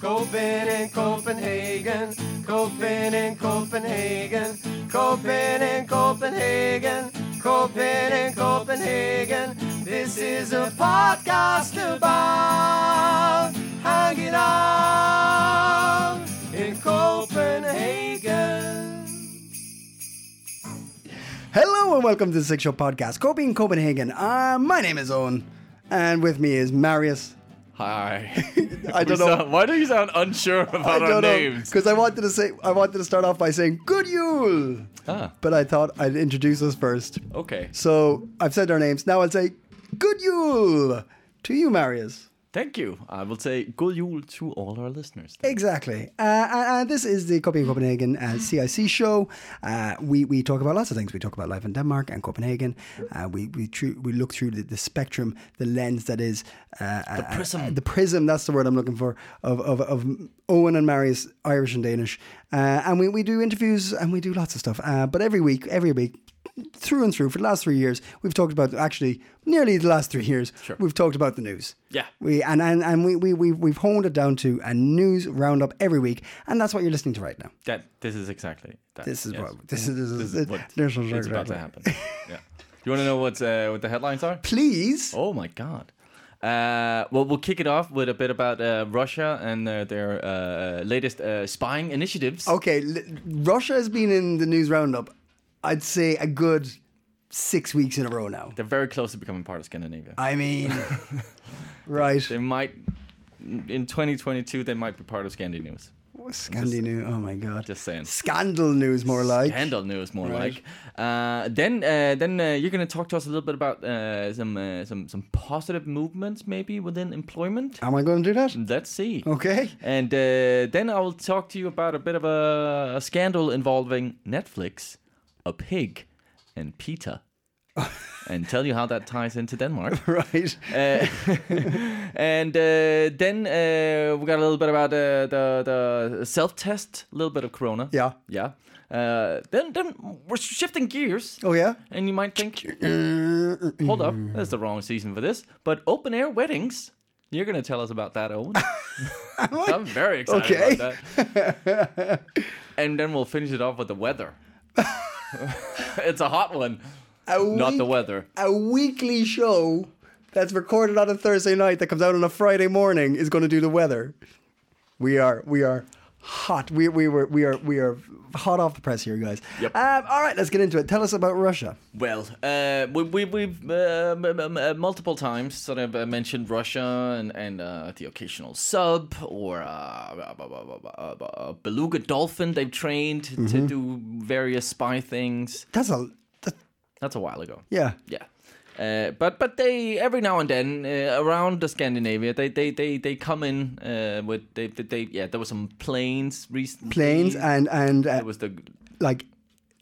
Kopen in Copenhagen, Kopen in Copenhagen, Kopen in Copenhagen, Kopen in Copenhagen. This is a podcast about hanging out in Copenhagen. Hello and welcome to the Six Show Podcast, Coping Copenhagen. Uh, my name is Owen, and with me is Marius. Hi. I We don't know. sound- why do you sound unsure I about our don't know names? because I wanted to say I wanted to start off by saying good Yule, Ah, but I thought I'd introduce us first. okay. So I've said our names. Now I'll say good Yule to you, Marius. Thank you. I will say good Yule to all our listeners. Exactly. Uh, and, and this is the Copying Copenhagen uh, CIC show. Uh, we, we talk about lots of things. We talk about life in Denmark and Copenhagen. Uh, we we, tru- we look through the, the spectrum, the lens that is uh, the prism. the prism. That's the word I'm looking for of of, of Owen and Mary's Irish and Danish. Uh, and we, we do interviews and we do lots of stuff. Uh, but every week, every week. Through and through for the last three years, we've talked about actually nearly the last three years. We've talked about the news. Yeah. We and and, and we, we we we've honed it down to a news roundup every week, and that's what you're listening to right now. That this is exactly that. This is yes. what this is this is, This is what this is it's about to exactly. happen. yeah. You want to know what's uh, what the headlines are? Please, Oh my god. Uh, well, we'll kick it off with a bit about uh, Russia and uh, their uh, latest uh, spying initiatives. okay. l- Russia has been in the news roundup. I'd say a good six weeks in a row now. They're very close to becoming part of Scandinavia. I mean, right? they might, in 2022, they might be part of Scandi News. Scandi news. Oh my god. Just saying. Scandal news, more like. Handle news more Right. like. Uh, then uh, then uh, you're going to talk to us a little bit about uh, some uh, some some positive movements maybe within employment. Am I going to do that? Let's see. Okay. And uh, then I will talk to you about a bit of a, a scandal involving Netflix, a pig, and Peter, and tell you how that ties into Denmark. Right. Uh, and uh, then uh, we got a little bit about uh, the the self test, a little bit of Corona. Yeah. yeah. Uh, then then we're shifting gears, Oh yeah. Uh, and you might think, hold up, that's the wrong season for this. But open air weddings, you're gonna tell us about that, Owen. I'm very excited Okay. about that. and then we'll finish it off with the weather. it's a hot one, A not week- the weather. a weekly show that's recorded on a Thursday night that comes out on a Friday morning is going to do the weather. We are we are hot. We we were we are we are hot off the press here, guys. Yep. Um, all right, let's get into it. Tell us about Russia. Well, uh, we, we, we've uh, m- m- m- multiple times sort of uh, mentioned Russia and, and uh, the occasional sub or uh, b- b- b- b- uh, b- uh, beluga dolphin they've trained Mm-hmm. to do various spy things. That's a that, That's a while ago. yeah. Yeah. Uh, but but they every now and then uh, around the Scandinavia they they they, they come in uh, with they, they they yeah there were some planes recently Planes and and uh, there was the like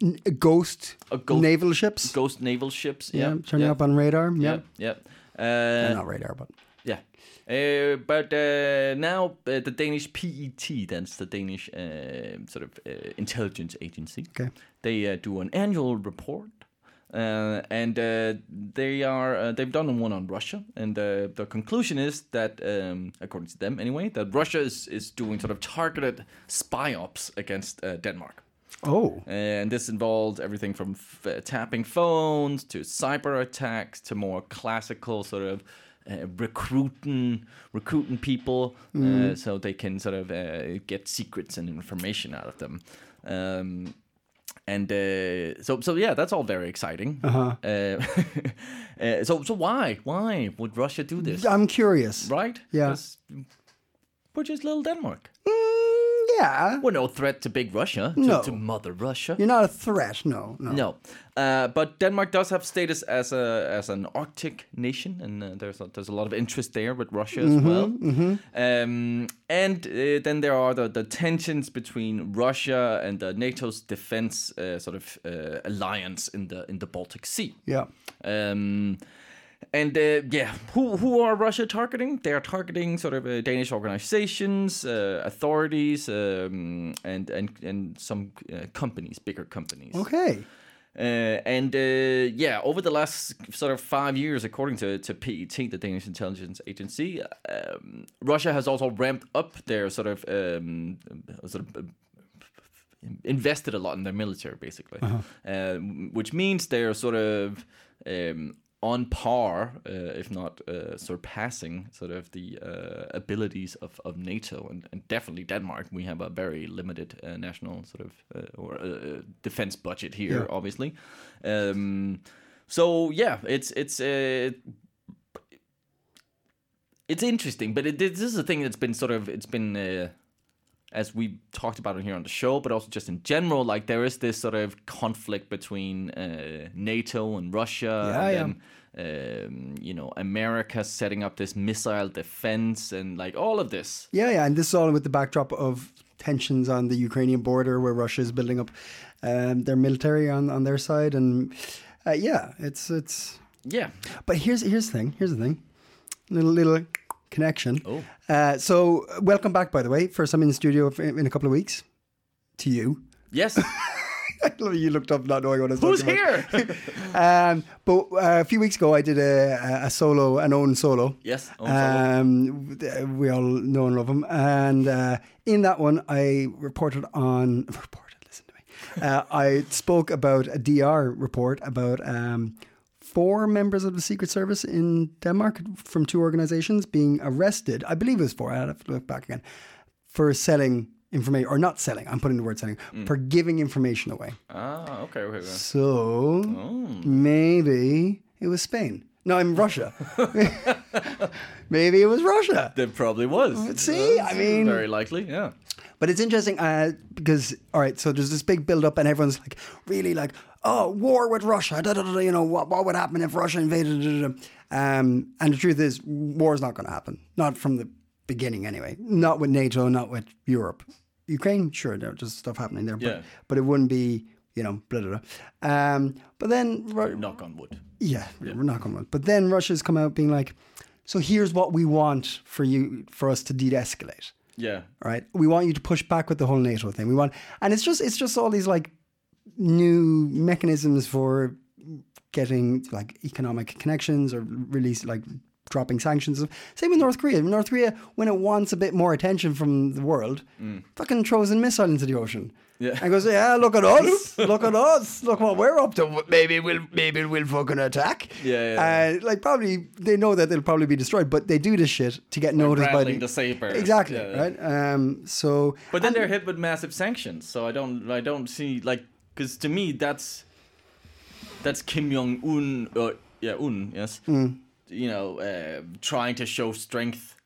n- ghost, A ghost- naval ships. ghost naval ships yeah, yeah turning yeah, up on radar. yeah Yeah, yeah uh, not radar, but Yeah. Uh, but uh, now uh, the Danish PET, that's the Danish uh, sort of uh, intelligence agency, okay. they uh, do an annual report. Uh, and uh, they are uh, they've done one on Russia, and uh, the conclusion is that, um, according to them anyway, that Russia is, is doing sort of targeted spy ops against uh, Denmark. Oh, And this involved everything from f- uh, tapping phones to cyber attacks to more classical sort of uh, recruiting, recruiting people Mm-hmm. uh, so they can sort of uh, get secrets and information out of them. Um, and uh, so, so yeah, that's all very exciting. Uh-huh. so, so why, why would Russia do this, I'm curious. right? Yeah. 'Cause We're just little Denmark. Mm, yeah, We're no threat to big Russia, to, No. to Mother Russia. you're not a threat. No, no. No, uh, but Denmark does have status as a as an Arctic nation, and uh, there's a, there's a lot of interest there with Russia as well. Um, and uh, then there are the, the tensions between Russia and uh, NATO's defense uh, sort of uh, alliance in the in the Baltic Sea. Yeah. Um, and uh, yeah, who who are Russia targeting? They are targeting sort of uh, Danish organizations, uh, authorities, um, and and and some uh, companies, bigger companies. Okay. Uh, and uh, yeah, over the last sort of five years, according to, to PET, the Danish intelligence agency, um, Russia has also ramped up their sort of um, sort of invested a lot in their military, basically, Uh, which means they're sort of um, on par, uh, if not uh, surpassing, sort of the uh, abilities of, of NATO and, and definitely Denmark. We have a very limited uh, national sort of uh, or uh, defense budget here, Yeah. obviously. Um, so yeah, it's it's uh, it's interesting, but it, this is a thing that's been sort of it's been uh, as we talked about it here on the show, but also just in general, like there is this sort of conflict between uh, NATO and Russia, Yeah, yeah. and then, um, you know America setting up this missile defense and like all of this. Yeah, yeah, and this is all with the backdrop of tensions on the Ukrainian border, where Russia is building up um, their military on, on their side, and uh, yeah, it's it's. Yeah, But here's here's the thing. Here's the thing. Little little connection. Oh. Uh, so welcome back, by the way. First time in the studio f- in a couple of weeks. To you. yes. you looked up not knowing what I was Who's talking about. here? Um, but uh, a few weeks ago, I did a, a- a solo, an own solo. Yes, own solo. Um, th- we all know and love him. And uh, in that one, I reported on reported. Listen to me. Uh, I spoke about a DR report about um, four members of the Secret Service in Denmark from two organizations being arrested. I believe it was four. I have to look back again for selling information or not selling. I'm putting the word selling for giving information away. ah, okay, okay, okay. So maybe it was Spain. No, I'm Russia. maybe it was Russia. There probably was. Mm, see, I mean- very likely, yeah. But it's interesting uh, because all right, so there's this big build up, and everyone's like, really like, oh, war with Russia. Da, da, da, da, you know what, what would happen if Russia invaded? Da, da, da. Um, and the truth is, war's not going to happen. Not from the beginning, anyway. Not with NATO. Not with Europe. Ukraine, sure, there's just stuff happening there, but, Yeah. but it wouldn't be, you know, blah, blah, blah. Um, but then Ru- Knock on wood. Yeah, we're not going to. But then Russia's come out being like, "So here's what we want for you, for us to de-escalate. Yeah, All right, we want you to push back with the whole NATO thing. We want, and it's just, it's just all these like new mechanisms for getting like economic connections or release like dropping sanctions. Same with North Korea. North Korea, when it wants a bit more attention from the world, fucking throws a missile into the ocean. Mm. Yeah. And goes, yeah, look at us, look at us, look what we're up to. Maybe we'll, maybe we'll fucking attack. Yeah, Uh, like probably they know that they'll probably be destroyed, but they do this shit to get noticed by rattling the saber. Exactly. Yeah. Right. Um. So. But then they're hit with massive sanctions, so I don't, I don't see like, because to me that's that's Kim Jong Un, uh, yeah, Un, yes, Hmm. you know, uh, trying to show strength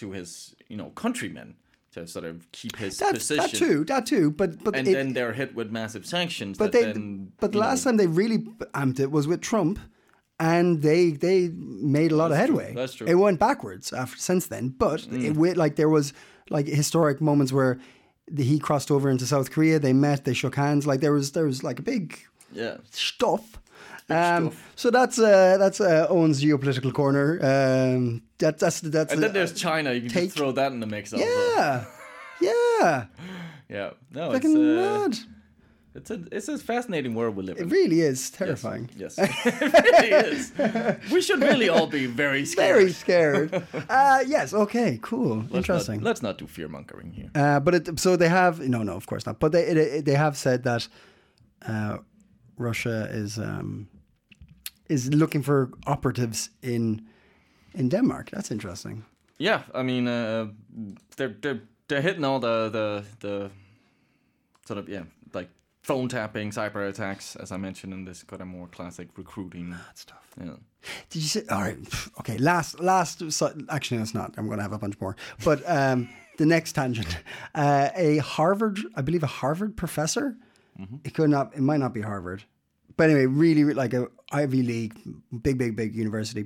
to his, you know, countrymen to sort of keep his That's position. that too. That too. But but And it- then they're hit with massive sanctions. but that they then, but you know, last time they really amped it was with Trump, and they they made a lot of That's true. headway. That's true. Mm. It went backwards after since then, but it went like there was like historic moments where the, he crossed over into South Korea. They met. They shook hands. Like there was there was like a big yeah, stuff. Um, so that's uh, that's uh, Owen's geopolitical corner. Um, that, that's that's and then there's China. You can take- just throw that in the mix. also. yeah, yeah, yeah. No, it's fucking uh, mad. it's a it's a fascinating world we live It in. really is terrifying. Yes, it really is. We should really all be very scared. Very scared. uh, yes. Okay. Cool. Interesting. Let's not, let's not do fear mongering here. Uh, but it, so they have no, no, of course not. But they it, it, they have said that uh, Russia is um, is looking for operatives in in Denmark. That's interesting. Yeah, I mean, uh, they're they're they're hitting all the the the sort of yeah like phone tapping, cyber attacks, as I mentioned in this kind of more classic recruiting stuff. Yeah. Did you say? All right. Okay. Last, last. So, actually, no, it's not. I'm going to have a bunch more. But um, the next tangent, uh, a Harvard, I believe, a Harvard professor. It could not. It might not be Harvard, but anyway, really, really like a Ivy League, big, big, big university.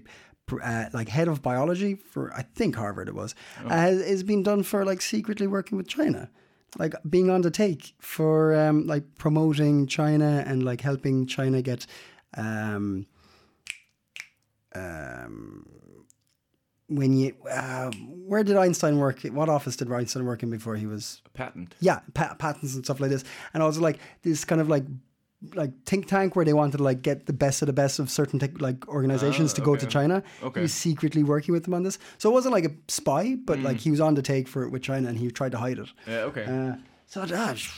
pr- Uh, like head of biology for I think Harvard it was uh, has is being done for like secretly working with China, like being on the take for um, like promoting China and like helping China get um, when you uh, where did Einstein work? What office did Einstein work in before he was? A patent. Yeah, pa- patents and stuff like this, and also like this kind of like like think tank where they wanted to like get the best of the best of certain tech, like organizations Ah, to go to okay. China. Okay. He was secretly working with them on this, so it wasn't like a spy, but like he was on the take for it with China and he tried to hide it. Mm. Yeah, okay. Mm. Uh, so ah, sh-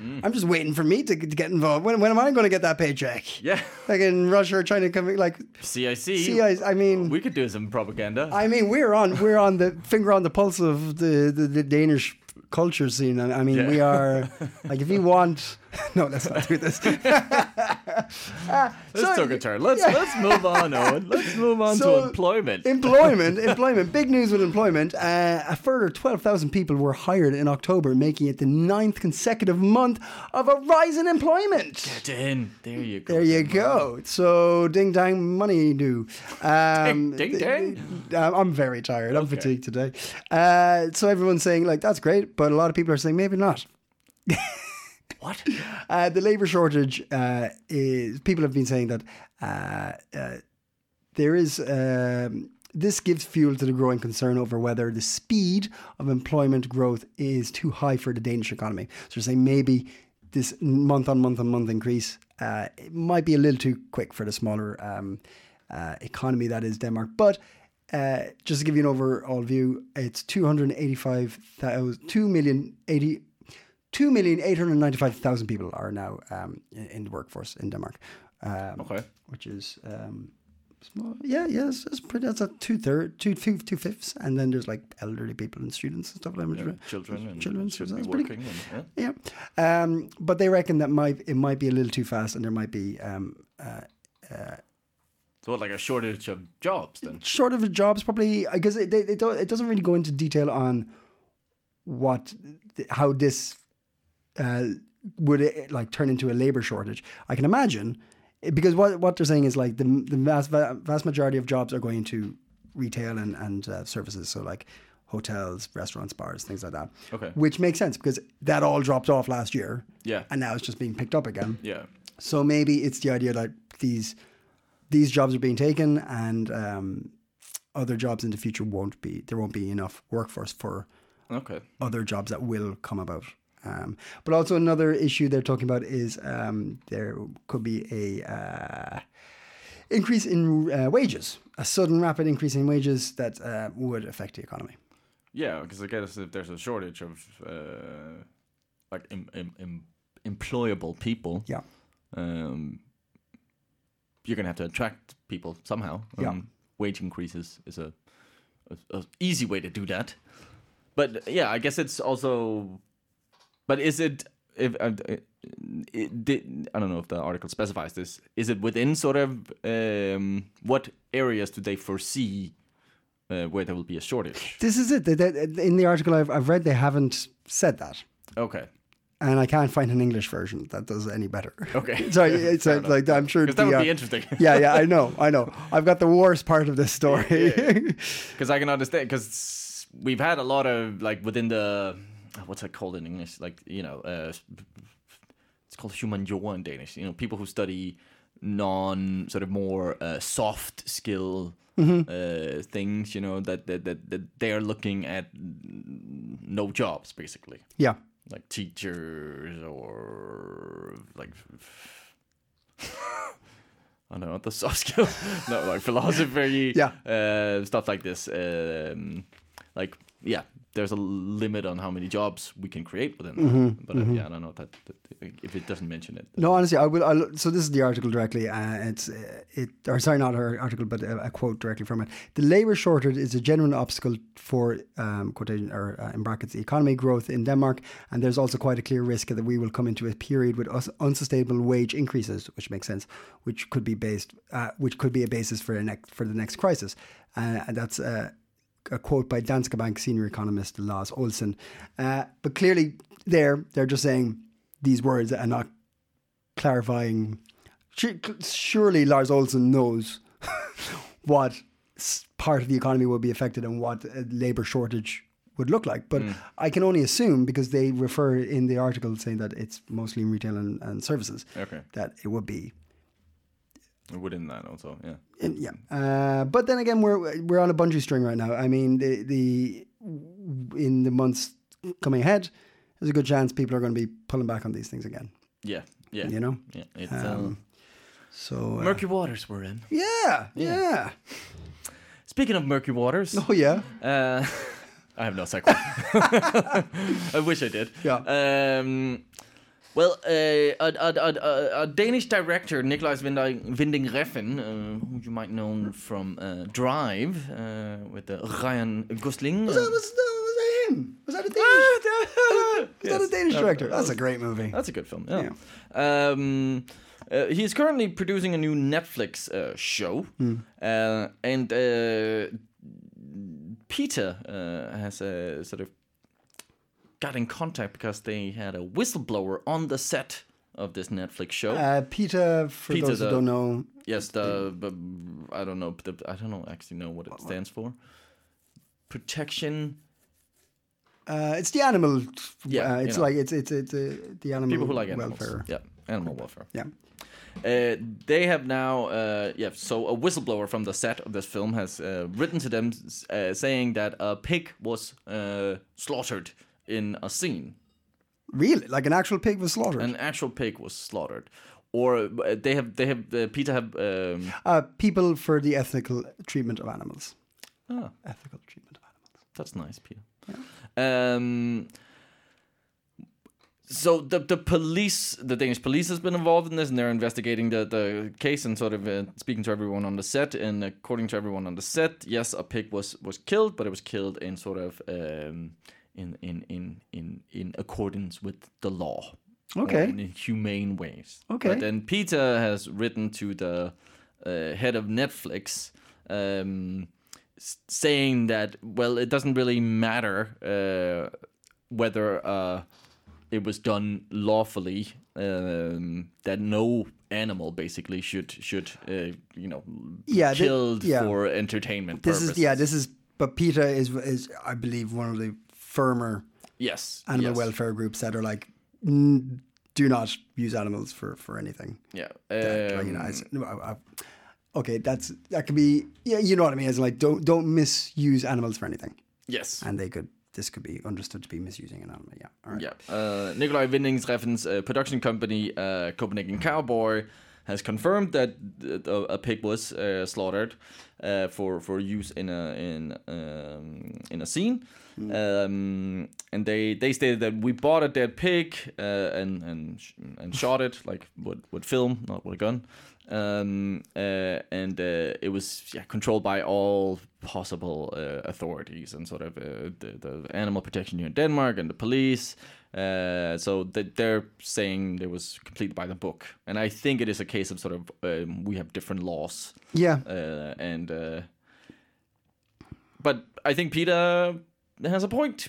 I'm just waiting for me to, to get involved. When, when am I going to get that paycheck? yeah. Like in Russia or China coming like CIC. see I, I mean we could do some propaganda. I mean, we're on we're on the finger on the pulse of the, the, the Danish culture scene. I I mean, we Yeah. are like if you want, no, let's not do this. let's so- take a turn. Let's yeah. let's move on, Owen. Let's move on So- to employment. employment, employment. Big news with employment. Uh, a further twelve thousand people were hired in October, making it the ninth consecutive month of a rise in employment. Din. There you go. There you go. So ding dang, money do. Um, Ding, ding, dang? I'm- I'm very tired. I'm fatigued today. Uh, so everyone's saying like that's great, but a lot of people are saying maybe not. What? Uh, the labor shortage uh, is. People have been saying that uh, uh, there is. Um, this gives fuel to the growing concern over whether the speed of employment growth is too high for the Danish economy. So they're saying maybe this month on month on month increase uh, it might be a little too quick for the smaller um, uh, economy that is Denmark. But uh, just to give you an overall view, it's 285,000, 2 million 80 2,895,000 people are now um, in, in the workforce in Denmark. Um, Okay. Which is, um, small. yeah, yeah, it's, it's pretty, that's a two third, two, two, two fifths. And then there's like elderly people and students and stuff like that. Children and Children, so should be that's pretty- working. And, uh, yeah. Yeah, um, but they reckon that might it might be a little too fast, and there might be um, So what, like a shortage of jobs then? short of jobs probably. I guess it they, it, don't, it doesn't really go into detail on what th- how this uh, would it, like turn into a labor shortage. I can imagine eh, because what what they're saying is like the the vast va- vast majority of jobs are going to retail and and uh, services. So like hotels, restaurants, bars, things like that. Okay. which makes sense because that all dropped off last year. Yeah. and now it's just being picked up again. Yeah. So maybe it's the idea that these these jobs are being taken, and um, other jobs in the future won't be. There won't be enough workforce for Okay. other jobs that will come about. Um, but also another issue they're talking about is um, there could be a uh, increase in uh, wages, a sudden rapid increase in wages that uh, would affect the economy. Yeah, because I guess if there's a shortage of uh, like em- em- em- employable people, Yeah. um, you're gonna have to attract people somehow. Um, Yeah. wage increases is a, a, a easy way to do that. But yeah, I guess it's also. But is it if uh, it did, I don't know if the article specifies this? Is it within sort of um, what areas do they foresee uh, where there will be a shortage? This is it. They- they- in the article I've, I've read, they haven't said that. Okay. and I can't find an English version that does any better. Okay. Sorry, it's Fair like, enough. like I'm sure. Because that the, would uh, be interesting. yeah, yeah, I know, I know. I've got the worst part of this story. Because I can understand. Because we've had a lot of like within the uh, what's it called in English? Like you know, uh, it's called humanjora in Danish. You know, people who study non sort of more uh, soft skill uh, things. You know that that, that that they are looking at no jobs basically, yeah, like teachers or like. I don't know the soft skill, no, like philosophy, Yeah. uh, stuff like this. Um, like, yeah, there's a limit on how many jobs we can create within. That. But uh, yeah, I don't know if that, that if it doesn't mention it. no, honestly, I will. I, will- so this is the article directly. Uh, it's uh, it, or sorry, not her article, but a, a quote directly from it. The labor shortage is a genuine obstacle for um, quotation or uh, in brackets the economy growth in Denmark, and there's also quite a clear risk that we will come into a period with us unsustainable wage increases, which makes sense, which could be based, uh, which could be a basis for the next for the next crisis, uh, and that's. Uh, a quote by Danske Bank senior economist Lars Olsen. Uh, but clearly, there they're just saying these words and not clarifying. Su- Surely, Lars Olsen knows what s- part of the economy will be affected and what a labor shortage would look like. But I can only assume because they refer in the article saying that it's mostly in retail and, and services Okay, that it would be within that also, yeah. and yeah, uh, but then again, we're we're on a bungee string right now. I mean, the the in the months coming ahead, there's a good chance people are going to be pulling back on these things again. Yeah, Yeah. You know? Yeah, it's um, So, uh, murky waters we're in. yeah, yeah. Speaking of murky waters, Oh, yeah. uh, I have no sequel. I wish I did. Yeah. Um, well, uh, a, a, a- a, a Danish director, Niklaus Winding, Winding Refn, uh, who you might know from uh, Drive uh, with uh, Ryan Gosling. That was, that was him. Was that a Danish? Is was that a Danish director? That's a great movie. That's a good film. Yeah. Um, uh, he is currently producing a new Netflix uh, show, uh, and uh, Peter uh, has uh, sort of got in contact because they had a whistleblower on the set of this Netflix show. Uh, Peter, for Peter those who the- don't know, yes, the, b- I don't know. The, I don't know actually know what it stands for. Protection. uh, it's the animal. Yeah, uh, you it's know. like it's it's it's uh, the animal People who like animals. welfare. Yeah, animal welfare. Yeah. Uh, they have now, uh, yeah. So a whistleblower from the set of this film has uh, written to them uh, saying that a pig was uh, slaughtered in a scene. Really, like an actual pig was slaughtered. An actual pig was slaughtered, or uh, they have they have uh, Peter have um, uh, people for the ethical treatment of animals. ah, Ethical treatment of animals. That's nice, Peter. Um, so the the police, the Danish police, has been involved in this, and they're investigating the the case and sort of uh, speaking to everyone on the set. And according to everyone on the set, yes, a pig was was killed, but it was killed in sort of um, in in in in in accordance with the law. or Okay. in humane ways. Okay. But then Peter has written to the uh, head of Netflix um, s- saying that, well, it doesn't really matter uh, whether uh, it was done lawfully, um, that no animal basically should, should uh, you know, be Yeah, thi- killed yeah. for entertainment This purposes. is yeah. This is but Peter is is I believe one of the firmer yes. animal yes. welfare groups that are like, "N- do not use animals for for anything. Yeah. that, like, you know, um, it's- no, I- I- okay, that's that could be yeah, you know what I mean. It's like don't don't misuse animals for anything, yes. and they could this could be understood to be misusing an animal. Yeah, all right. Yeah. Uh, Nikolai Windingsreffen's uh, production company, uh, Copenhagen Cowboy, has confirmed that uh, a a pig was uh, slaughtered uh, for for use in a in um, in a scene, um, and they they stated that we bought a dead pig uh, and and sh- and shot it like would would film, not with a gun. Um, uh, and uh, it was yeah, controlled by all possible uh, authorities and sort of uh, the, the animal protection here in Denmark and the police. Uh, so th- they're saying it was complete by the book, and I think it is a case of sort of um, we have different laws, Yeah, uh, and uh, but I think Peter has a point.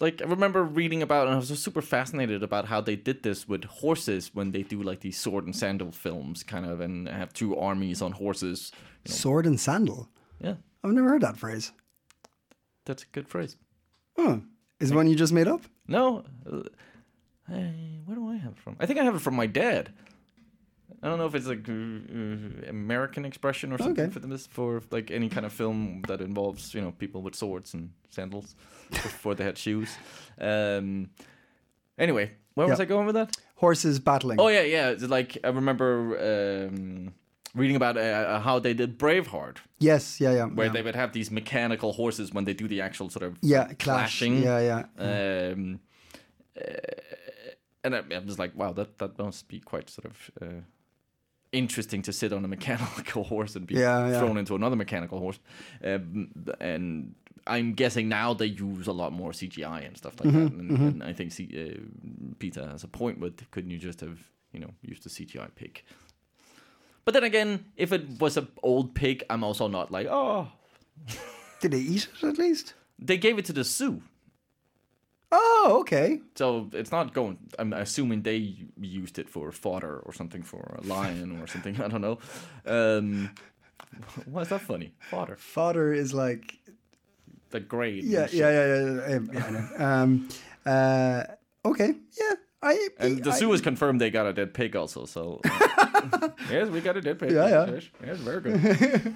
Like I remember reading about, and I was just super fascinated about how they did this with horses when they do like these sword and sandal films, kind of, and have two armies on horses. You know, sword and sandal. yeah, I've never heard that phrase. that's a good phrase. Huh. Is one you just made up? No. uh, I, where do I have it from? I think I have it from my dad. I don't know if it's like uh, uh, American expression or something Okay. for this for like any kind of film that involves you know people with swords and sandals before they had shoes. Um, anyway, where was Yeah. I going with that? Horses battling. Oh yeah, yeah. it's Like I remember um, reading about uh, how they did Braveheart, Yes, yeah, yeah. where yeah. they would have these mechanical horses when they do the actual sort of yeah, clash. clashing. Yeah, yeah. Um, uh, and I, I was like, wow, that, that must be quite sort of uh, interesting to sit on a mechanical horse and be Yeah, yeah. thrown into another mechanical horse. Um, and I'm guessing now they use a lot more CGI and stuff Mm-hmm, like that. And, and I think C- uh, Peter has a point with couldn't you just have, you know, used a CGI pig? But then again, if it was an old pig, I'm also not like, oh, Did they eat it at least? they gave it to the zoo. Oh, okay. So it's not going. I'm assuming they used it for fodder or something for a lion or something. I don't know. Um, why is that funny? Fodder, Fodder is like the grade. and yeah, shit. yeah, yeah, yeah. yeah, yeah I know. um, uh, okay, yeah. I And the I- zoo has confirmed they got a dead pig also. So uh, yes, we got a dead pig. Yeah, yeah. Yes, yes, very good.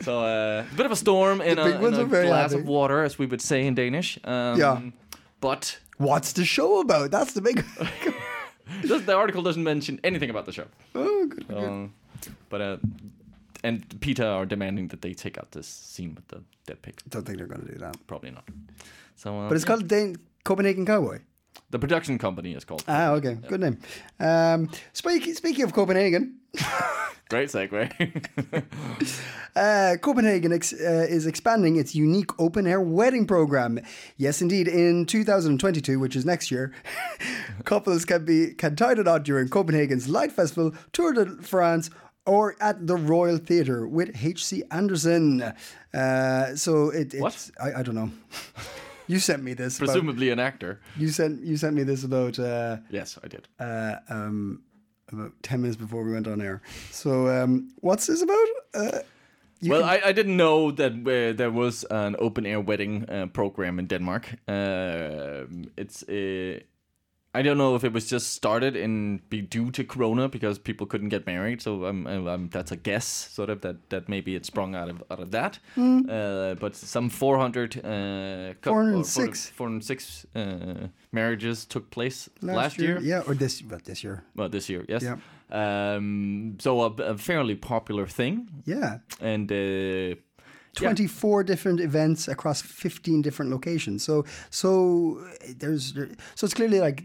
so uh, a bit of a storm and The a, big and ones a are very glass happy. of water, as we would say in Danish. Um, Yeah. But What's the show about? That's the big. Does- the article doesn't mention anything about the show. Oh, good. good. Um, but uh, and Peter are demanding that they take out this scene with the dead pig. Don't think they're going to do that. Probably not. So, uh, But it's called Dan- Copenhagen Cowboy. the production company is called. Ah, okay. Good name. Um, speak, speaking of Copenhagen, Great segue. Uh, Copenhagen ex- uh, is expanding its unique open air wedding program. Yes, indeed, in 2022, which is next year, couples can be can tie the knot during Copenhagen's Light Festival, Tour de France, or at the Royal Theatre with H.C. Anderson. Uh, so it, it's What? I, I don't know. you sent me this. about- Presumably an actor. you sent you sent me this about. Uh, Yes, I did. uh, um, about 10 minutes before we went on air. So, um, what's this about? Uh, well, I, I didn't know that uh, there was an open air wedding uh, program in Denmark. Um it's uh, I don't know if it was just started in be due to Corona because people couldn't get married. So um, um, that's a guess, sort of that, that maybe it sprung out of out of that. Uh, but some 400, uh, cou- or 406. 406 uh, marriages took place last, year. Yeah, or this, well, this year. Well, this year, yes. Yeah. Um, so a, a fairly popular thing, Yeah. and uh, 24 different events across 15 different locations. So, so there's, there- so it's clearly like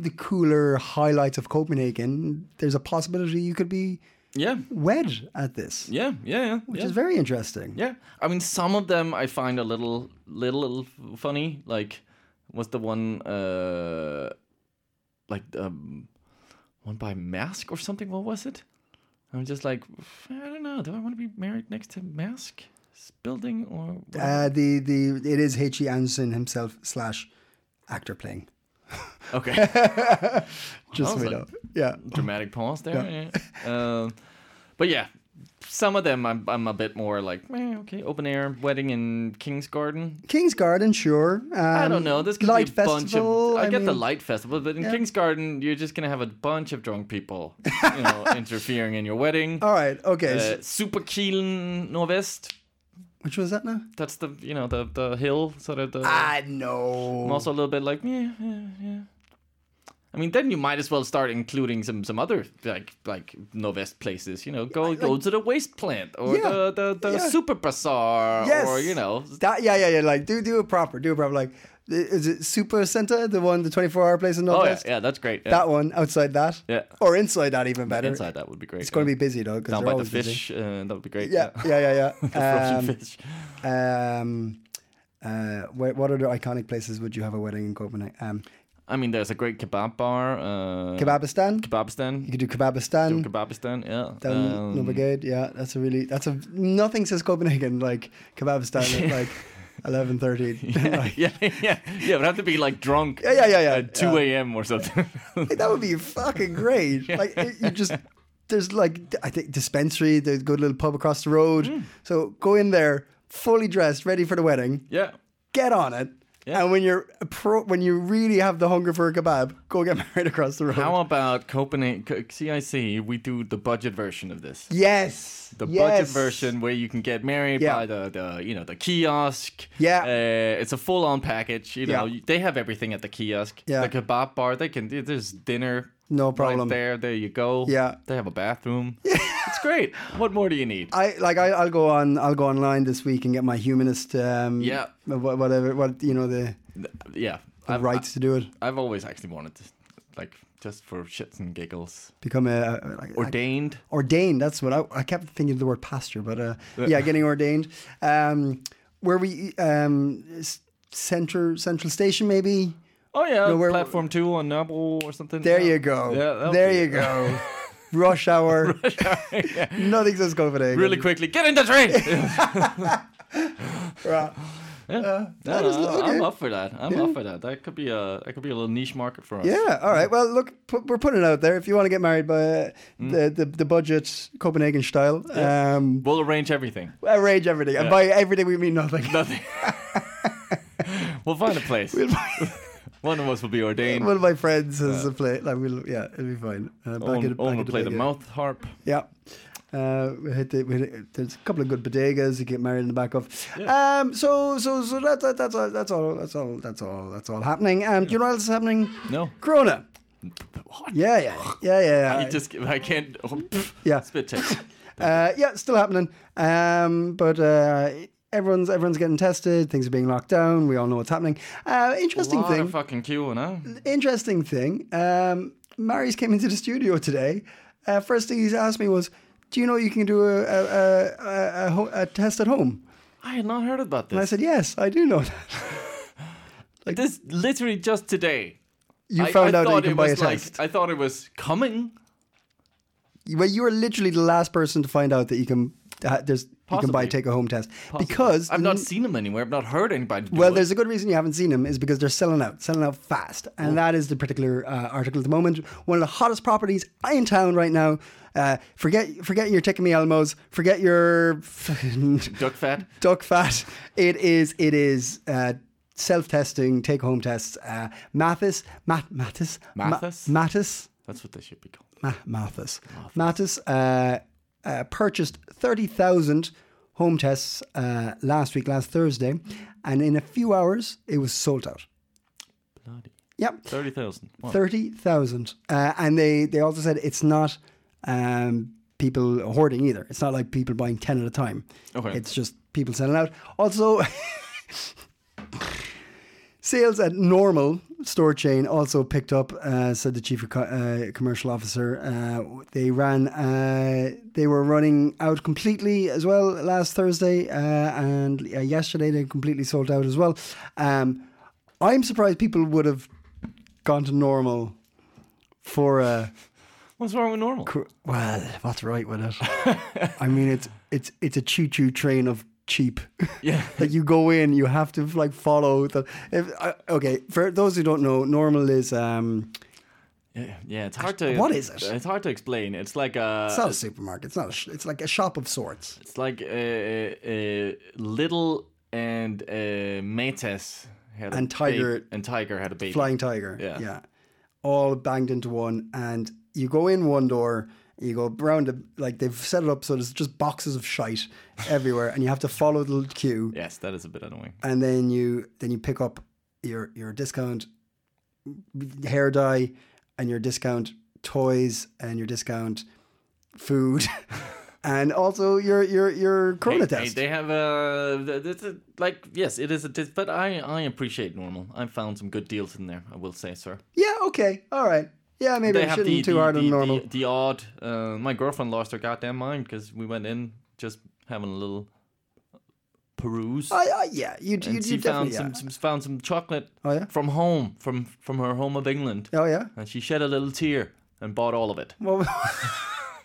the cooler highlights of Copenhagen. There's a possibility you could be yeah, wed at this, yeah, yeah, yeah, which yeah. is very interesting. yeah. I mean, some of them I find a little, little, little f- funny. Like, was the one, uh, like um, one by Mask or something? What was it? I'm just like, I don't know. Do I want to be married next to Mask building or? whatever?" Uh, the, the, it is H.E. Anderson himself slash actor playing. okay. Just so was we know. like- Yeah. dramatic pause there. yeah. Um, but yeah, some of them I'm, I'm a bit more like, meh, okay, open air wedding in King's Garden. King's Garden, sure. Um, I don't know. This could light be a festival. bunch of. I, get the mean, light festival, but in yeah. King's Garden, you're just gonna have a bunch of drunk people, you know, interfering in your wedding. All right. Okay. Uh, so- Super Kielen Norvest. which was that now? Ah, That's the you know the the hill sort of the. I know. uh, I'm also a little bit like yeah, yeah, yeah. I mean, then you might as well start including some some other like like novest places. You know, go go to the waste plant or Yeah, the the, the yeah. super bazaar Yes. or you know. That, yeah, yeah, yeah. Like, do do it proper. Do it proper. Like, is it Super Center, the one, the 24 hour place in Oh yeah, Northwest? yeah, that's great. Yeah. That one, outside that? Yeah. Or inside that, even better. Inside that would be great. It's going to be busy, though, because down they're by the always busy. fish. Uh, that would be great. Yeah, yeah, yeah, yeah. Frozen um, fish. um, uh, wh- what other iconic places would you have a wedding in Copenhagen? Um, I mean, there's a great kebab bar. Uh, Kebabistan. Kebabistan. You could do Kebabistan. Kebabistan. Yeah. down Um, No Brigade. Yeah, that's a really that's a nothing says Copenhagen like kebab stand at like eleven thirty. yeah, yeah, yeah, yeah. Would have to be like drunk. Yeah, yeah, yeah, Uh, yeah, At two yeah. a.m. or something. Like, that would be fucking great. Like it, you just there's like I think dispensary, the good little pub across the road. Mm. So go in there fully dressed, ready for the wedding. Yeah. Get on it. Yeah. And when you're pro- when you really have the hunger for a kebab, go get married across the road. How about Copenhagen CIC? We do the budget version of this. yes, The budget yes. version where you can get married Yeah. by the, the you know the kiosk. Yeah. uh, it's a full on package. You know Yeah. they have everything at the kiosk. Yeah. the kebab bar. They can do there's dinner. No right problem. there, there you go. Yeah. Uh, they have a bathroom. it's great. What more do you need? I like I, I'll go on I'll go online this week and get my humanist um Yeah. wha- whatever what you know the, yeah, the I've, rights to do it I, have always actually wanted to, like just for shits and giggles. become a, a- like, Ordained. ordained that's what I, I kept thinking of the word pastor but uh yeah getting ordained um where we um s- center central station maybe Oh yeah, No, we're- platform two on Nabo or something. there Yeah. you go Yeah, that'll there be you it. go rush hour nothing says Copenhagen really quickly. Get in the train. Uh, yeah. Right. No, that is- no, I'm okay. up for that. I'm up for that. That could be a that could be a little niche market for us. Yeah. All right. Well, look, pu- we're putting it out there. If you want to get married by uh, Mm. the, the the budget Copenhagen style, um, We'll arrange everything. arrange everything, and by everything we mean nothing. Nothing. we'll find a place. One of us will be ordained. One of my friends has a play. Like we'll, yeah, it'll be fine. Uh, back Owen, at- back Owen at will play the bodega. mouth harp. Yeah. Uh, we hit the, we hit, there's a couple of good bodegas you get married in the back of. Um, so so so that, that that's all that's all that's all that's all that's all happening. Um, do you know what else is happening? No. Corona. What? Yeah, yeah, yeah, yeah. I yeah. just I can't. Oh, Yeah. Spit take. Uh, yeah, it's still happening. Um, but uh, everyone's everyone's getting tested. Things are being locked down. We all know what's happening. Uh, interesting Lot thing. of fucking queuing, huh? interesting thing. Um, Marius came into the studio today. Uh, first thing he's asked me was, "Do you know you can do a a, a, a, a, ho- a test at home?" I had not heard about And I this. said, "Yes, I do know that." This literally just today. You I, found I out that you thought can it buy a was like, test. I thought it was coming. Well, you were literally the last person to find out that you can uh, there's you can buy a Possibly. take a home test because I've not seen them anywhere. I've not heard anybody. Do Well, it. there's a good reason you haven't seen them is because they're selling out, selling out fast, and that is the particular uh, article at the moment. One of the hottest properties in town right now. Uh, forget, forget your tickety elmos. Forget your duck fat. duck fat. It is, it is uh, self-testing, take-home tests. Uh, Mathis, Mat, Mathis, Ma- Mathis? Mathis, That's what they should be called. Ma- Mathis. Mathis uh, uh, purchased 30,000 home tests uh, last week, last Thursday, and in a few hours, it was sold out. Bloody Yep. thirty thousand. Thirty thousand, uh, and they they also said it's not um, people hoarding either. It's not like people buying ten at a time. Okay. it's just people selling out. Also, sales at normal store chain also picked up. Uh, said the chief co- uh, commercial officer. Uh, they ran. Uh, they were running out completely as well last Thursday, uh, and uh, yesterday they completely sold out as well. Um, I'm surprised people would have gone to normal for uh, a What's wrong with normal? cr- well what's right with it i mean it's it's it's a choo-choo train of cheap Yeah. like you go in you have to like follow the if I, okay for those who don't know normal is um Yeah, yeah, it's hard to. what is it? It's hard to explain. It's like a. it's not a supermarket it's not a sh- it's like a shop of sorts It's like a, a little and a Metis had And a Tiger- baby, and tiger had a baby. flying tiger Yeah. yeah all banged into one and you go in one door you go round the like they've set it up so there's just boxes of shite everywhere and you have to follow the little queue Yes, that is a bit annoying. and then you then you pick up your your discount hair dye and your discount toys and your discount food and also your your your corona Hey, hey, test. they have a, th- th- th- like yes, it is a dis- but I I appreciate normal. I found some good deals in there. I will say, sir. yeah, okay, all right. Yeah, maybe I shouldn't be too hard the, on normal. The, the odd. Uh, my girlfriend lost her goddamn mind because we went in just having a little I, peruse. I, yeah, Oh, you you, and you she definitely found yeah. some, some found some chocolate Oh, yeah? from home from from her home of England. Oh yeah. and she shed a little tear and bought all of it. Well,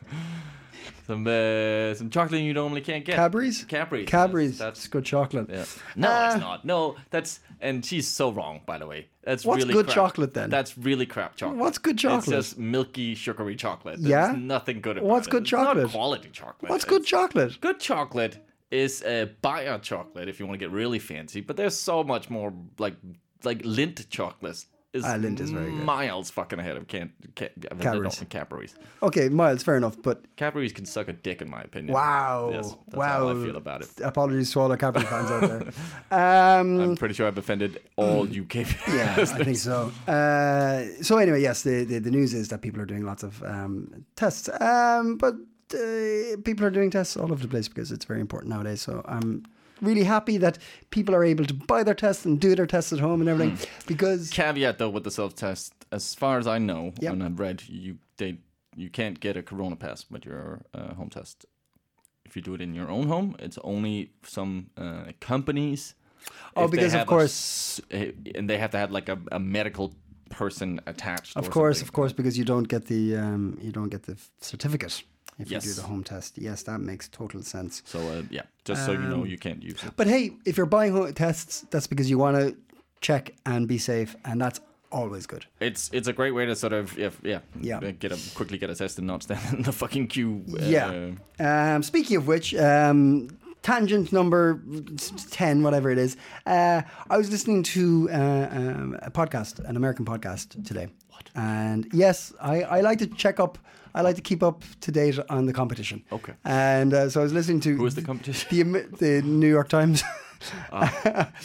Some uh, some chocolate you normally can't get. Cadbury's. Cadbury's. Cadbury's. That's, That's good chocolate. that's- yeah. No, Uh, it's not. No, that's and she's so wrong. By the way, that's What's really good crap. chocolate then? That's really crap chocolate. What's good chocolate? It's just milky, sugary chocolate. There's Yeah? nothing good about What's it. good It's not chocolate? quality chocolate. What's good It's- chocolate? good chocolate is a bio chocolate if you want to get really fancy, but there's so much more like like lint chocolates. Is Ah, Lindt is very good. miles fucking ahead of can, can, Cadbury's. Cadbury's. Cadbury's. Okay, miles, fair enough, but Cadbury's can suck a dick, in my opinion. Wow. Yes, that's wow. how I feel about it. Apologies to all our Cadbury fans out there. Um, I'm pretty sure I've offended all UK. yeah, I think so. Uh, so anyway, yes, the, the the news is that people are doing lots of um, tests, um, but uh, people are doing tests all over the place because it's very important nowadays. So I'm really happy that people are able to buy their tests and do their tests at home and everything Hmm. because Caveat though with the self test, as far as I know Yep. and I've read, you they you can't get a corona pass with your uh, home test. If you do it in your own home, it's only some uh, companies. Oh, if they because of have a course- s- eh, and they have to have like a, a medical person attached. of course, of course, because you don't get the um, you don't get the certificate if you do Yes. the home test. Yes, that makes total sense. So uh, yeah, just so you Um, know, you can't use it. But hey, if you're buying home tests, that's because you want to check and be safe, and that's always good. It's it's a great way to sort of if, yeah Yeah. eh, get a quickly get a test and not stand in the fucking queue. uh, Yeah. Um, speaking of which, um, tangent number 10, whatever it is, uh, I was listening to uh, um, a podcast, an American podcast today. What? And yes, I, I like to check up, I like to keep up to date on the competition. Okay. And uh, so I was listening to. Who is the competition? The, Am- the New York Times.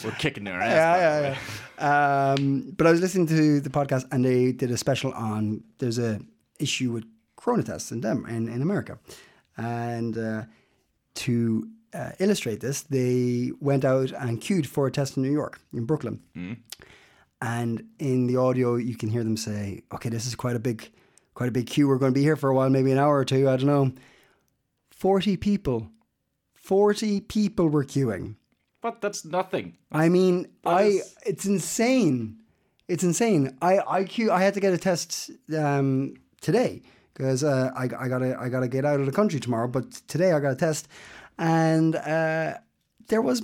We're kicking their ass. by the yeah, way. yeah, yeah. Um, but I was listening to the podcast and they did a special on there's a issue with corona tests in them in, in America, and uh, to uh, illustrate this, they went out and queued for a test in New York in Brooklyn, and in the audio you can hear them say, "Okay, this is quite a big, quite a big queue. We're going to be here for a while, maybe an hour or two. I don't know." Forty people, forty people were queuing. But that's nothing. I mean, I is- it's insane. It's insane. I I que- I had to get a test um, today because uh, I I gotta I gotta get out of the country tomorrow. But today I got a test, and uh, there was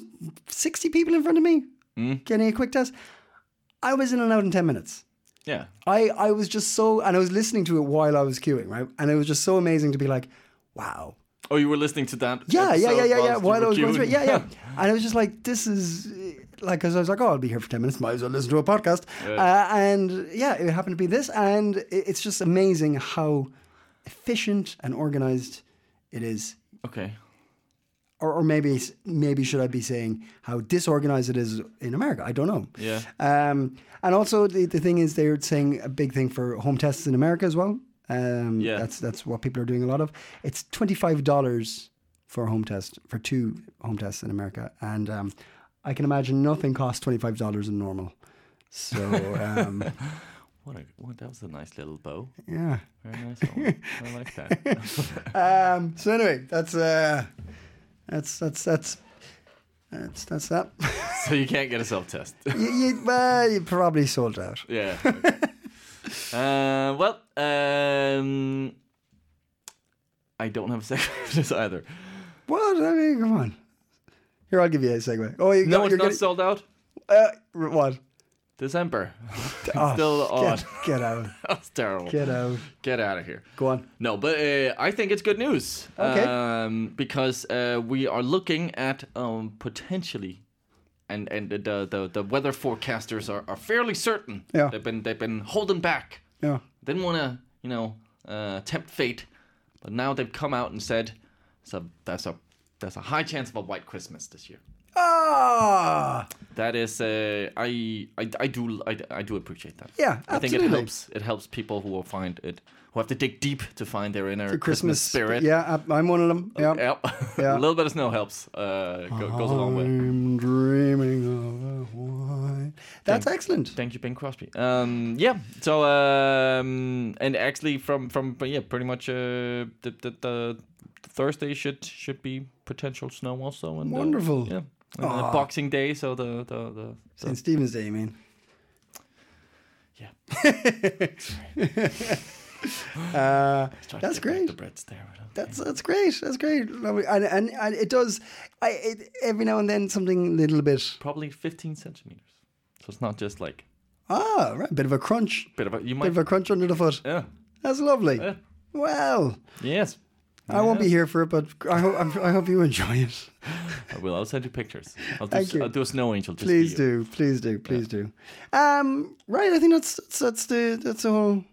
sixty people in front of me getting a quick test. I was in and out in ten minutes. Yeah. I, I was just so, and I was listening to it while I was queuing, right? And it was just so amazing to be like, wow, Oh, you were listening to that? yeah, yeah, yeah, episode yeah, yeah. whilst you While were I was going through it, queuing? yeah, yeah. And I was just like, this is like, because I was like, oh, I'll be here for ten minutes. Might as well listen to a podcast. Uh, and yeah, it happened to be this, and it- it's just amazing how efficient and organized it is. Okay. Or, or maybe maybe should I be saying how disorganized it is in America? I don't know. Yeah. Um, and also the, the thing is they're saying a big thing for home tests in America as well. Um, Yeah. that's that's what people are doing a lot of. It's twenty five dollars for a home test for two home tests in America, and um, I can imagine nothing costs twenty five dollars in normal. So um, What a, what, that was a nice little bow. yeah. Very nice one. I like that. Um, so anyway, that's uh, that's that's that's that's that's that. so you can't get a self test. you, you, well, you probably sold out. yeah. okay. uh, well, um, I don't have a second for this either. What? I mean, come on. Here, I'll give you a segue. Oh, you No, got, it's you're not getting- sold out. Uh, r- what? December. Oh, Still on. Get, get out. That's terrible. Get out. Get out of here. Go on. No, but uh, I think it's good news. Okay. Um, because uh, we are looking at um, potentially, and and the the, the weather forecasters are, are fairly certain. Yeah. They've been they've been holding back. Yeah. Didn't want to you know uh, tempt fate, but now they've come out and said, so that's a that's a high chance of a white Christmas this year. Ah. That is, uh, I, I, I do, I, I do appreciate that. Yeah, I think it absolutely. helps. It helps people who will find it, who have to dig deep to find their inner The Christmas Christmas, spirit. Yeah, I- I'm one of them. Yeah. Yep. Yeah. Um, a little bit of snow helps. Uh, go, goes a long way. I'm dreaming of a white. That's excellent. Thank you, Bing Crosby. Um, yeah. So, um, and actually, from from but yeah, pretty much uh, the, the the Thursday should should be potential snow also. And uh, Wonderful. yeah. And, uh, Aw. Boxing Day, so the the, the, the St. Stephen's Day, you mean? Yeah. uh, Try to that's get back great. The bread's there. I don't That's that's great. That's great. Lovely. And, and, and it does. I it, every now and then something little bit. probably 15 centimeters. So it's not just like Ah, right. Bit of a crunch. bit of a you Bit might of a crunch under the foot. yeah That's lovely. Yeah. Well, yes. I won't be here for it, but I hope I'm- I hope you enjoy it. I will. I'll send you pictures. I'll do, Thank s- you. I'll do a snow angel. Just for Please you. do, please do, please do. Um, right, I think that's that's, that's the that's the whole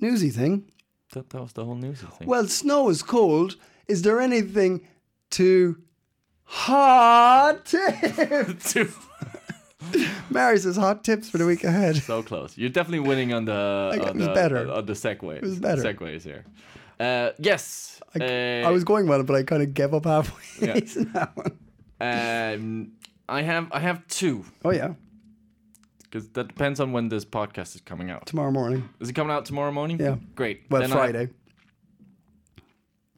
newsy thing. That, that was the whole news. I think. Well, snow is cold. Is there anything to hot tips? Too- Mary says hot tips for the week ahead. so close. You're definitely winning on the it on was the, better. on the segways. It was better. Segways here. Uh, yes. I, uh, I was going well, but I kind of gave up halfway. Yeah. in that one. Um, I have I have two Oh yeah, because that depends on when this podcast is coming out. tomorrow morning. Is it coming out tomorrow morning? Yeah. Great. Well, Then I- Friday,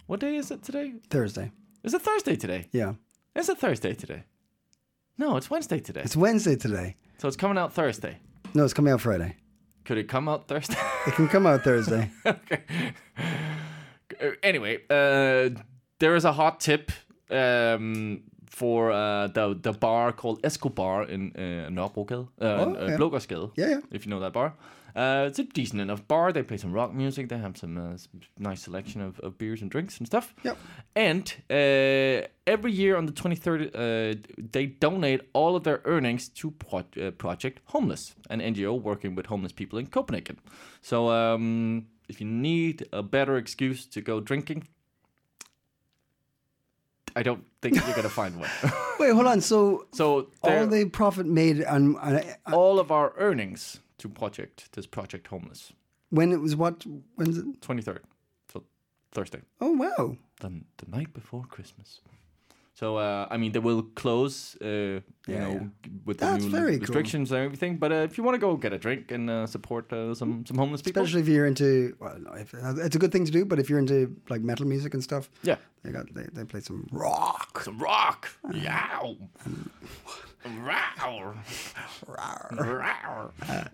what day is it today? Thursday. Is it Thursday today? Yeah, Is it Thursday today? No, it's Wednesday today. it's Wednesday today. So it's coming out Thursday. No, it's coming out Friday. Could it come out Thursday? It can come out Thursday. okay. Uh, Anyway, uh, there is a hot tip um, for uh, the the bar called Escobar in uh, Nørrebrokill, uh, in, uh, yeah. Blågårdsgade, Yeah, yeah. if you know that bar. Uh, it's a decent enough bar. They play some rock music. They have some uh, s- nice selection of, of beers and drinks and stuff. Yep. And uh, every year on the 23rd, uh, they donate all of their earnings to pro- uh, Project Homeless, an NGO working with homeless people in Copenhagen. So um, if you need a better excuse to go drinking, I don't think you're gonna find one. Wait, hold on. So, So all uh, there- the profit made on, on all of our earnings to project this project homeless when it was what? When's it? 23rd so thursday Oh wow. the, the night before christmas so uh, i mean they will close uh, you Yeah, know yeah. with the That's new very cool. restrictions and everything but uh, if you want to go get a drink and uh, support uh, some some homeless people Especially if you're into, well, no, if, it's a good thing to do. But if you're into like metal music and stuff, yeah Ah. they got they, they play some rock. some rock yow Roar. Roar.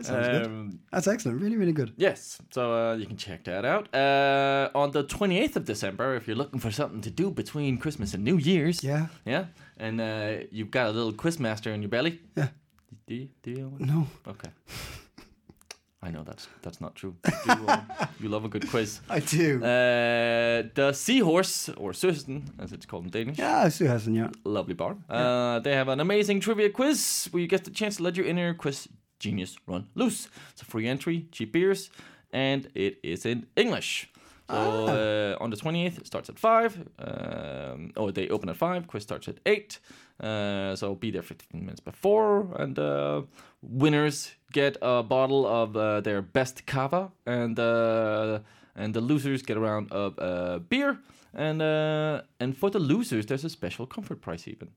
Um, That's excellent. Really, really good. Yes, so uh, you can check that out. Uh, on the 28th of December, if you're looking for something to do between Christmas and New Year's. Yeah. Yeah, and uh, you've got a little quizmaster in your belly. Yeah. Do you? Do you? No. Okay. I know that's that's not true. You, do, uh, you love a good quiz. I do. Uh, the Seahorse, or Susan, as it's called in Danish yeah, Sue Hassan, yeah. lovely bar. Uh, they have an amazing trivia quiz where you get the chance to let your inner quiz genius run loose. It's a free entry, cheap beers, and it is in English. So uh, on the 28th, it starts at 5. Um, oh, they open at 5. Quiz starts at 8. Uh, so be there 15 minutes before. And uh, winners get a bottle of uh, their best cava. And, uh, and the losers get a round of uh, beer. And uh, and for the losers, there's a special comfort prize even.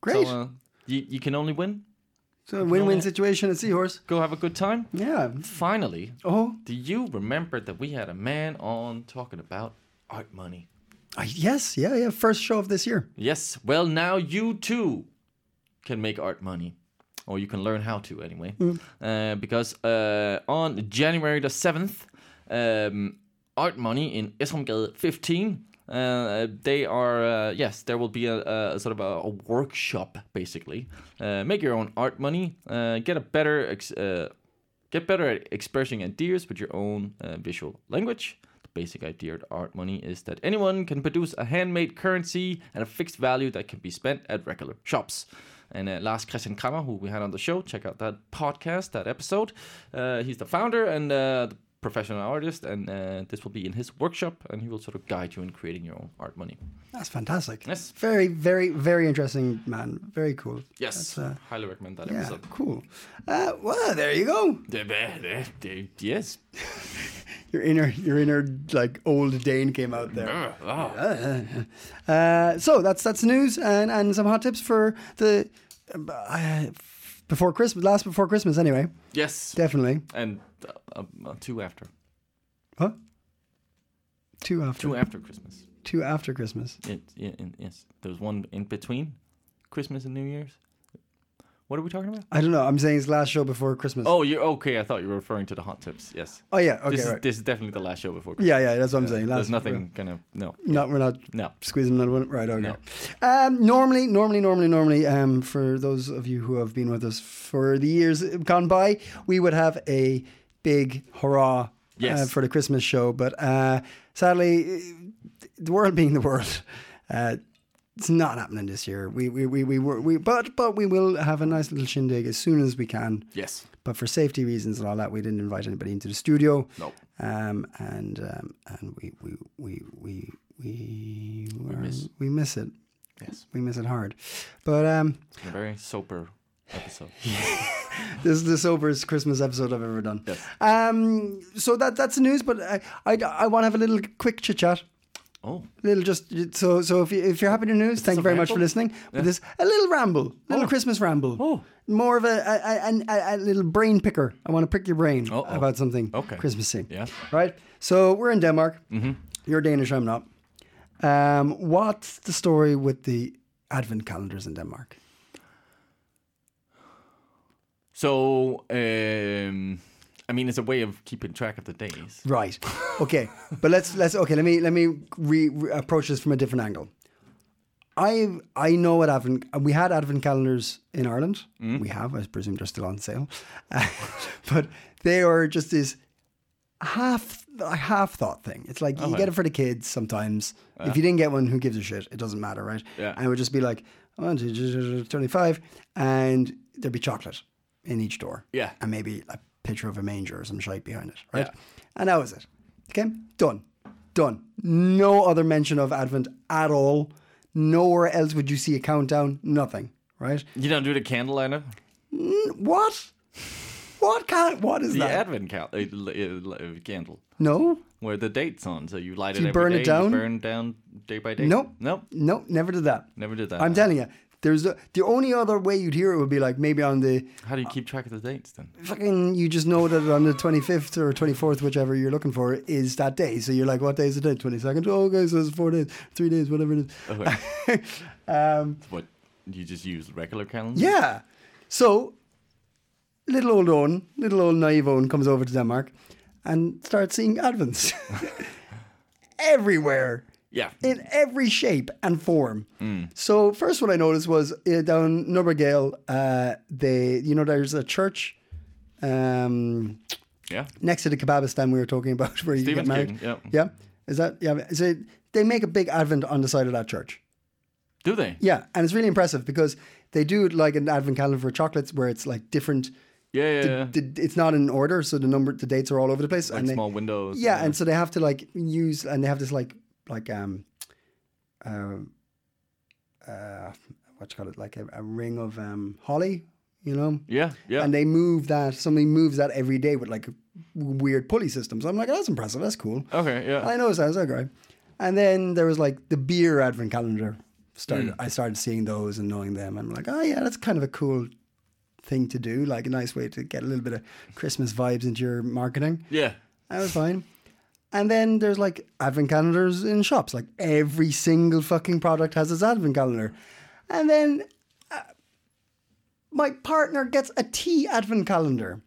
Great. So uh, you, you can only win. So a win-win yeah. situation at Seahorse. Go have a good time. Yeah. Finally, Oh, do you remember that we had a man on talking about art money? I, yes. Yeah, yeah. First show of this year. Yes. Well, now you too can make art money, or you can learn how to anyway. Uh, because uh, on January the seventh, um, Art Money in Esrumgade 15. Uh, they are uh, yes. There will be a, a sort of a, a workshop basically. Uh, make your own art money. Uh, get a better ex- uh, get better at expressing ideas with your own uh, visual language. The basic idea of art money is that anyone can produce a handmade currency at a fixed value that can be spent at regular shops. And uh, Lars Christian Kramer, who we had on the show, check out that podcast, that episode. Uh, he's the founder and uh, the professional artist, and uh, this will be in his workshop, and he will sort of guide you in creating your own art money. That's fantastic. Yes. Very, very, very interesting, man. Very cool. uh, Yes, highly recommend that Yeah, episode. cool. Uh, well, there you go. Yes. Your inner, your inner, like old Dane came out there. Ah, Mm. Uh, so that's that's news and and some hot tips for the uh, before Christmas, last before Christmas, anyway. Yes. Definitely. And uh, um, uh, two after. Huh? Two after. Two after Christmas. Two after Christmas. It, yeah, and yes, there's one in between Christmas and New Year's. What are we talking about? I don't know. I'm saying it's last show before Christmas. Oh, you're okay. I thought you were referring to the hot tips. Yes. Oh, yeah. Okay. this, is, right. this is definitely the last show before. Christmas. yeah, yeah. That's what I'm saying. Last There's nothing gonna. No. No, we're not No. squeezing another one. Right, okay. Um, normally, normally, normally, normally, um, for those of you who have been with us for the years gone by, we would have a big hurrah uh, Yes. for the Christmas show. But uh, sadly, the world being the world, uh, it's not happening this year. We, we, we, we, were, we, but, but we will have a nice little shindig as soon as we can. Yes. But for safety reasons and all that, we didn't invite anybody into the studio. No. Um, and um, and we we we we we, were, we, miss- miss. it. Yes. We miss it hard. But um, A very sober episode. this is the soberest Christmas episode I've ever done. Um, so that that's the news. But I I, I want to have a little quick chit chat. Oh. Little just so so if you, if you're happy to news, thank a you very much for ramble? listening. But this a little ramble, little Christmas ramble, Oh. more of a a, a, a a little brain picker. I want to pick your brain Uh-oh. about something Okay. Christmassy. Yeah. right. So we're in Denmark. You're Danish, I'm not. Um, what's the story with the advent calendars in Denmark? So, um, I mean, it's a way of keeping track of the days. Right. Okay. but let's let's okay. Let me let me re, re- approach this from a different angle. I I know what advent we had advent calendars in Ireland. We have. I presume they're still on sale, but they are just this half a half thought thing. It's like you get it for the kids sometimes. if you didn't get one, who gives a shit? It doesn't matter, right? Yeah. And it would just be like one, two, two, two, two, 25, and there'd be chocolate in each door. Yeah. And maybe a picture of a manger or some shite behind it, right? Yeah. And that was it. Okay, done, done. No other mention of Advent at all. Nowhere else would you see a countdown. Nothing, right? You don't do the candlelighter? What? What can What is The that? advent cal- uh, l- uh, l- uh, candle No, where the date's on, so you light you it every burn it day, down? You burn down day by day. Nope. Nope. no, never did that. Never did that. I'm telling you, there's a, the only other way you'd hear it would be like maybe on the How do you keep track of the dates then? fucking you just know that on the 25th or 24th whichever you're looking for is that day so you're like what day is the day 22nd oh okay so it's four days three days whatever it is Okay. um, Oh, what? You just use regular calendar? yeah so little old Owen little old naive Owen comes over to Denmark and starts seeing advents everywhere Yeah. in every shape and form. Mm. So first, what I noticed was uh, down Nubbergale, uh, they you know there's a church um, Yeah. next to the kebabistan we were talking about where you get Stephen's married. King, yeah. yeah, is that yeah? So they make a big advent on the side of that church. Do they? Yeah, and it's really impressive because they do it like an advent calendar for chocolates, where it's like different. Yeah, yeah, the- yeah. the- it's not in order, so the number, the dates are all over the place. Like and they- small windows. yeah, and so they have to like use, and they have this like like um, um, uh, what you call it, like a, a ring of um holly, you know. Yeah, yeah. And they move that. Somebody moves that every day with like a weird pulley system. So I'm like, oh, that's impressive. That's cool. okay, yeah. I know it sounds okay. And then there was like the beer advent calendar. Started. Mm. I started seeing those and knowing them. I'm like, oh yeah, that's kind of a cool thing to do. Like a nice way to get a little bit of Christmas vibes into your marketing. yeah. That was fine. And then there's like advent calendars in shops. Like every single fucking product has its advent calendar. And then uh, my partner gets a tea advent calendar.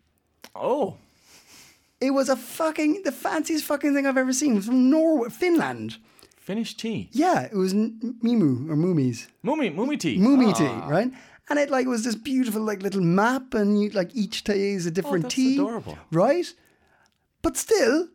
Oh. It was a fucking the fanciest fucking thing I've ever seen. It was from Norway, Finland. Finnish tea. Yeah, it was N- Mimu or Mumi's. Mumi, Mumi tea. Mumi Ah. tea, right? And it like was this beautiful like little map, and you like each tea is a different Oh, that's tea, adorable. right? But still,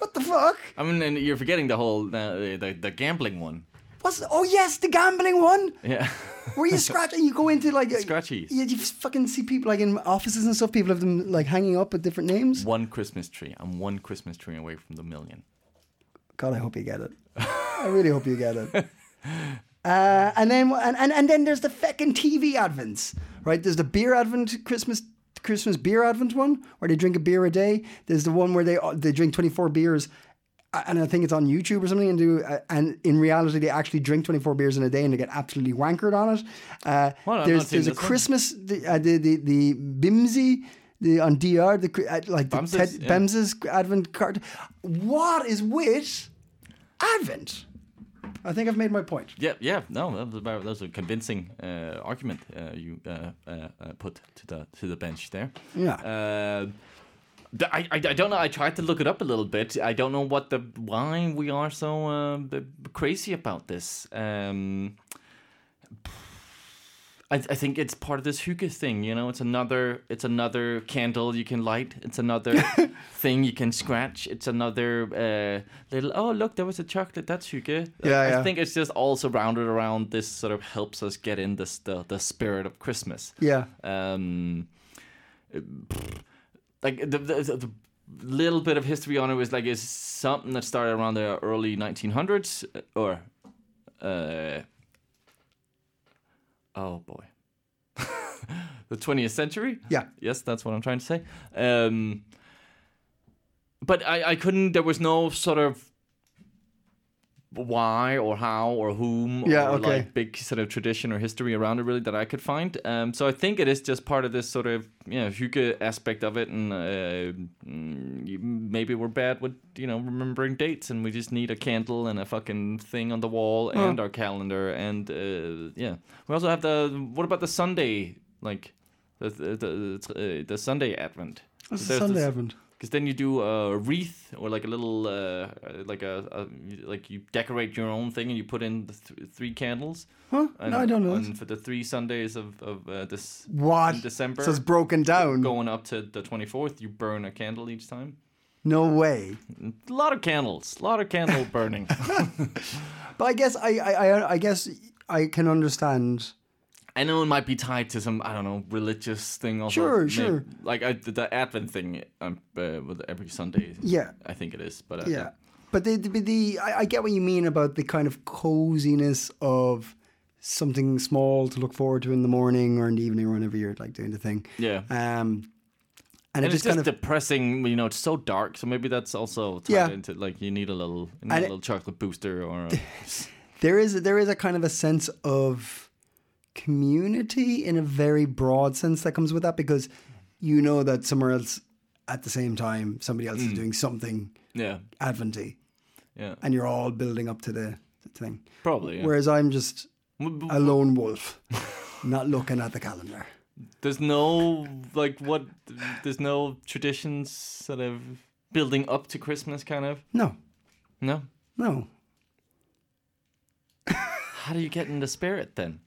what the fuck? I mean, and you're forgetting the whole, uh, the, the gambling one. What's oh yes, the gambling one Yeah. where you scratch and you go into like Scratchies. Yeah, you just fucking see people like in offices and stuff. People have them like hanging up with different names. one Christmas tree. I'm one Christmas tree away from the million. God, I hope you get it. I really hope you get it. Uh, and then and, and, and then there's the fucking TV advents, right? There's the beer advent Christmas Christmas beer advent one where they drink a beer a day. There's the one where they they drink 24 beers, uh, and I think it's on YouTube or something. And do uh, and in reality they actually drink 24 beers in a day and they get absolutely wankered on it. Uh, Well, I've there's not seen there's a this one. Christmas the uh, the, the the Bimsy. The, on DR, the cri- uh, like the Bamses, Ted, yeah. Bamses Advent card. What is with Advent? I think I've made my point. Yeah, yeah. No, that was, about, that was a convincing uh, argument uh, you uh, uh, uh, put to the to the bench there. Yeah. Uh, the- I, I, I don't know. I tried to look it up a little bit. I don't know what the why we are so uh, b- crazy about this. Um, I, I think it's part of this hygge thing. You know, it's another it's another candle you can light. It's another thing you can scratch. It's another uh, little oh look there was a chocolate that's hygge. Yeah, I, yeah. I think it's just all surrounded around this sort of helps us get in this the, the spirit of Christmas Yeah. um, like the, the, the, the little bit of history on it was like it's something that started around the early 1900s uh, or uh, oh boy the 20th century Yeah. yes that's what i'm trying to say um, but I, I couldn't there was no sort of why or how or whom Yeah, or okay. like big sort of tradition or history around it really that I could find. Um, so I think it is just part of this sort of you know hygge aspect of it, and uh, mm, you- maybe we're bad with you know remembering dates, and we just need a candle and a fucking thing on the wall and our calendar, and uh, yeah. We also have the what about the Sunday like the the the, uh, the Sunday Advent? What's There's Sunday this- Advent? because then you do a wreath or like a little, uh, uh, like a, a, like you decorate your own thing and you put in the th- three candles. Huh? And, no, I don't know. And for the three Sundays of of uh, this what? in December, So it's broken down. going up to the twenty fourth, you burn a candle each time. No way. A lot of candles, a lot of candle burning. But I guess I, I, I, I guess I can understand. I know it might be tied to some I don't know religious thing. Also, Sure, May- sure. Like I, the Advent thing um, uh, with every Sunday. Yeah. I think it is. But uh, Yeah. But the, the, the I, I get what you mean about the kind of coziness of something small to look forward to in the morning or in the evening or whenever you're like doing the thing. Yeah. Um, and, it And just it's kind just of depressing, you know. It's so dark, so maybe that's also tied Yeah. into like you need a little, you need a And it- little chocolate booster or a, there is there is a kind of a sense of community in a very broad sense that comes with that because you know that somewhere else at the same time somebody else Mm. is doing something yeah, adventy yeah, and you're all building up to the, the thing probably. Yeah. whereas i'm just W- w- a lone wolf not looking at the calendar There's no like what. There's no traditions sort of building up to Christmas, kind of. no No. no How do you get in the spirit then?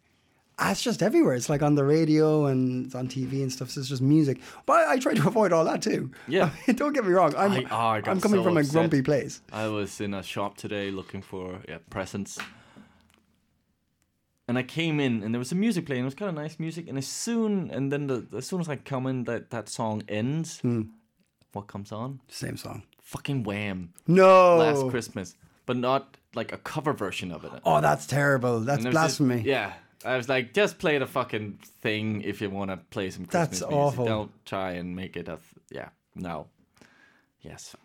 Ah, it's just everywhere it's like on the radio and it's on tv and stuff so it's just music but i, I try to avoid all that too Yeah. don't get me wrong i'm, I- oh, I got I'm coming so from a upset. grumpy place I was in a shop today looking for yeah, presents. And I came in and there was some music playing. It was kind of nice music. And as soon and then the, as soon as I come in, that that song ends. Hmm. What comes on? same song Fucking Wham! no Last Christmas, but not like a cover version of it. Oh, that's terrible. That's And it was just- blasphemy. yeah. I was like, just play the fucking thing if you want to play some Christmas That's music. awful. Don't try and make it a th- yeah. No. Yes.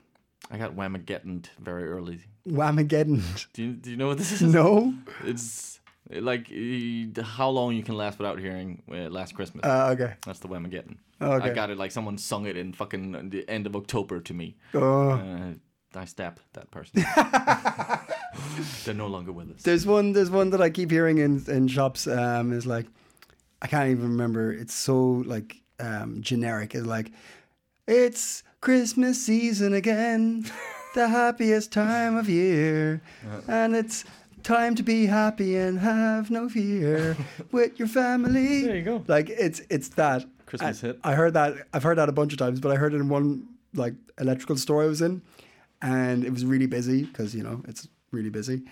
I got Whamageddon very early. Whamageddon. Do you, do you know what this is? No? It's like y- how long you can last without hearing uh, Last Christmas. Uh, okay. That's the Whamageddon. Okay. I got it like someone sung it in fucking uh, the end of October to me. Oh. Uh, I stabbed that person. They're no longer with us. There's one there's one that I keep hearing in, in shops um, is like, I can't even remember. It's so like um, generic. It's like, it's Christmas season again, the happiest time of year. Uh-huh. And it's time to be happy and have no fear with your family. There you go. Like it's it's that Christmas I, hit. I heard that I've heard that a bunch of times, but I heard it in one like electrical store I was in, and it was really busy because you know it's really busy.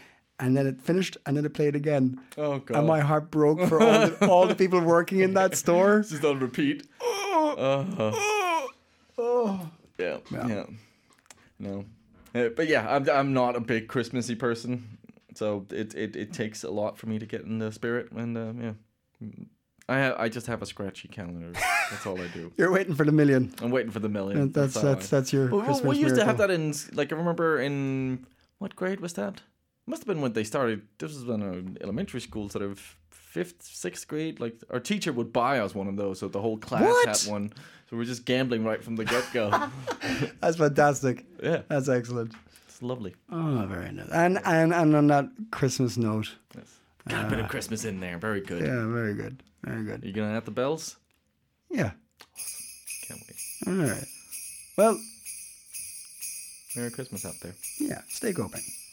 And then it finished, and then it played again. Oh, God. And my heart broke for all the, all the people working in that store. Just on repeat. Uh-huh. Oh. Yeah. Yeah. No. Uh, but yeah, I'm, I'm not a big Christmassy person, so it, it, it takes a lot for me to get in the spirit, and uh, yeah, I ha- I just have a scratchy calendar. that's all I do. You're waiting for the million. I'm waiting for the million. And that's all I- that's that's your Well, we- Christmas we used to have miracle. that in s- like I remember in what grade was that? Must have been when they started. This was when I was in elementary school, sort of fifth, sixth grade. Like our teacher would buy us one of those, so the whole class What? had one. So we're just gambling right from the get go. That's fantastic. yeah, That's excellent. it's lovely. Oh, very nice. And and and on that Christmas note, Got a bit of Christmas in there. Very good. yeah, very good, very good. You gonna add the bells? Yeah. Can't wait. All right. Well, Merry Christmas out there. yeah, stay coping.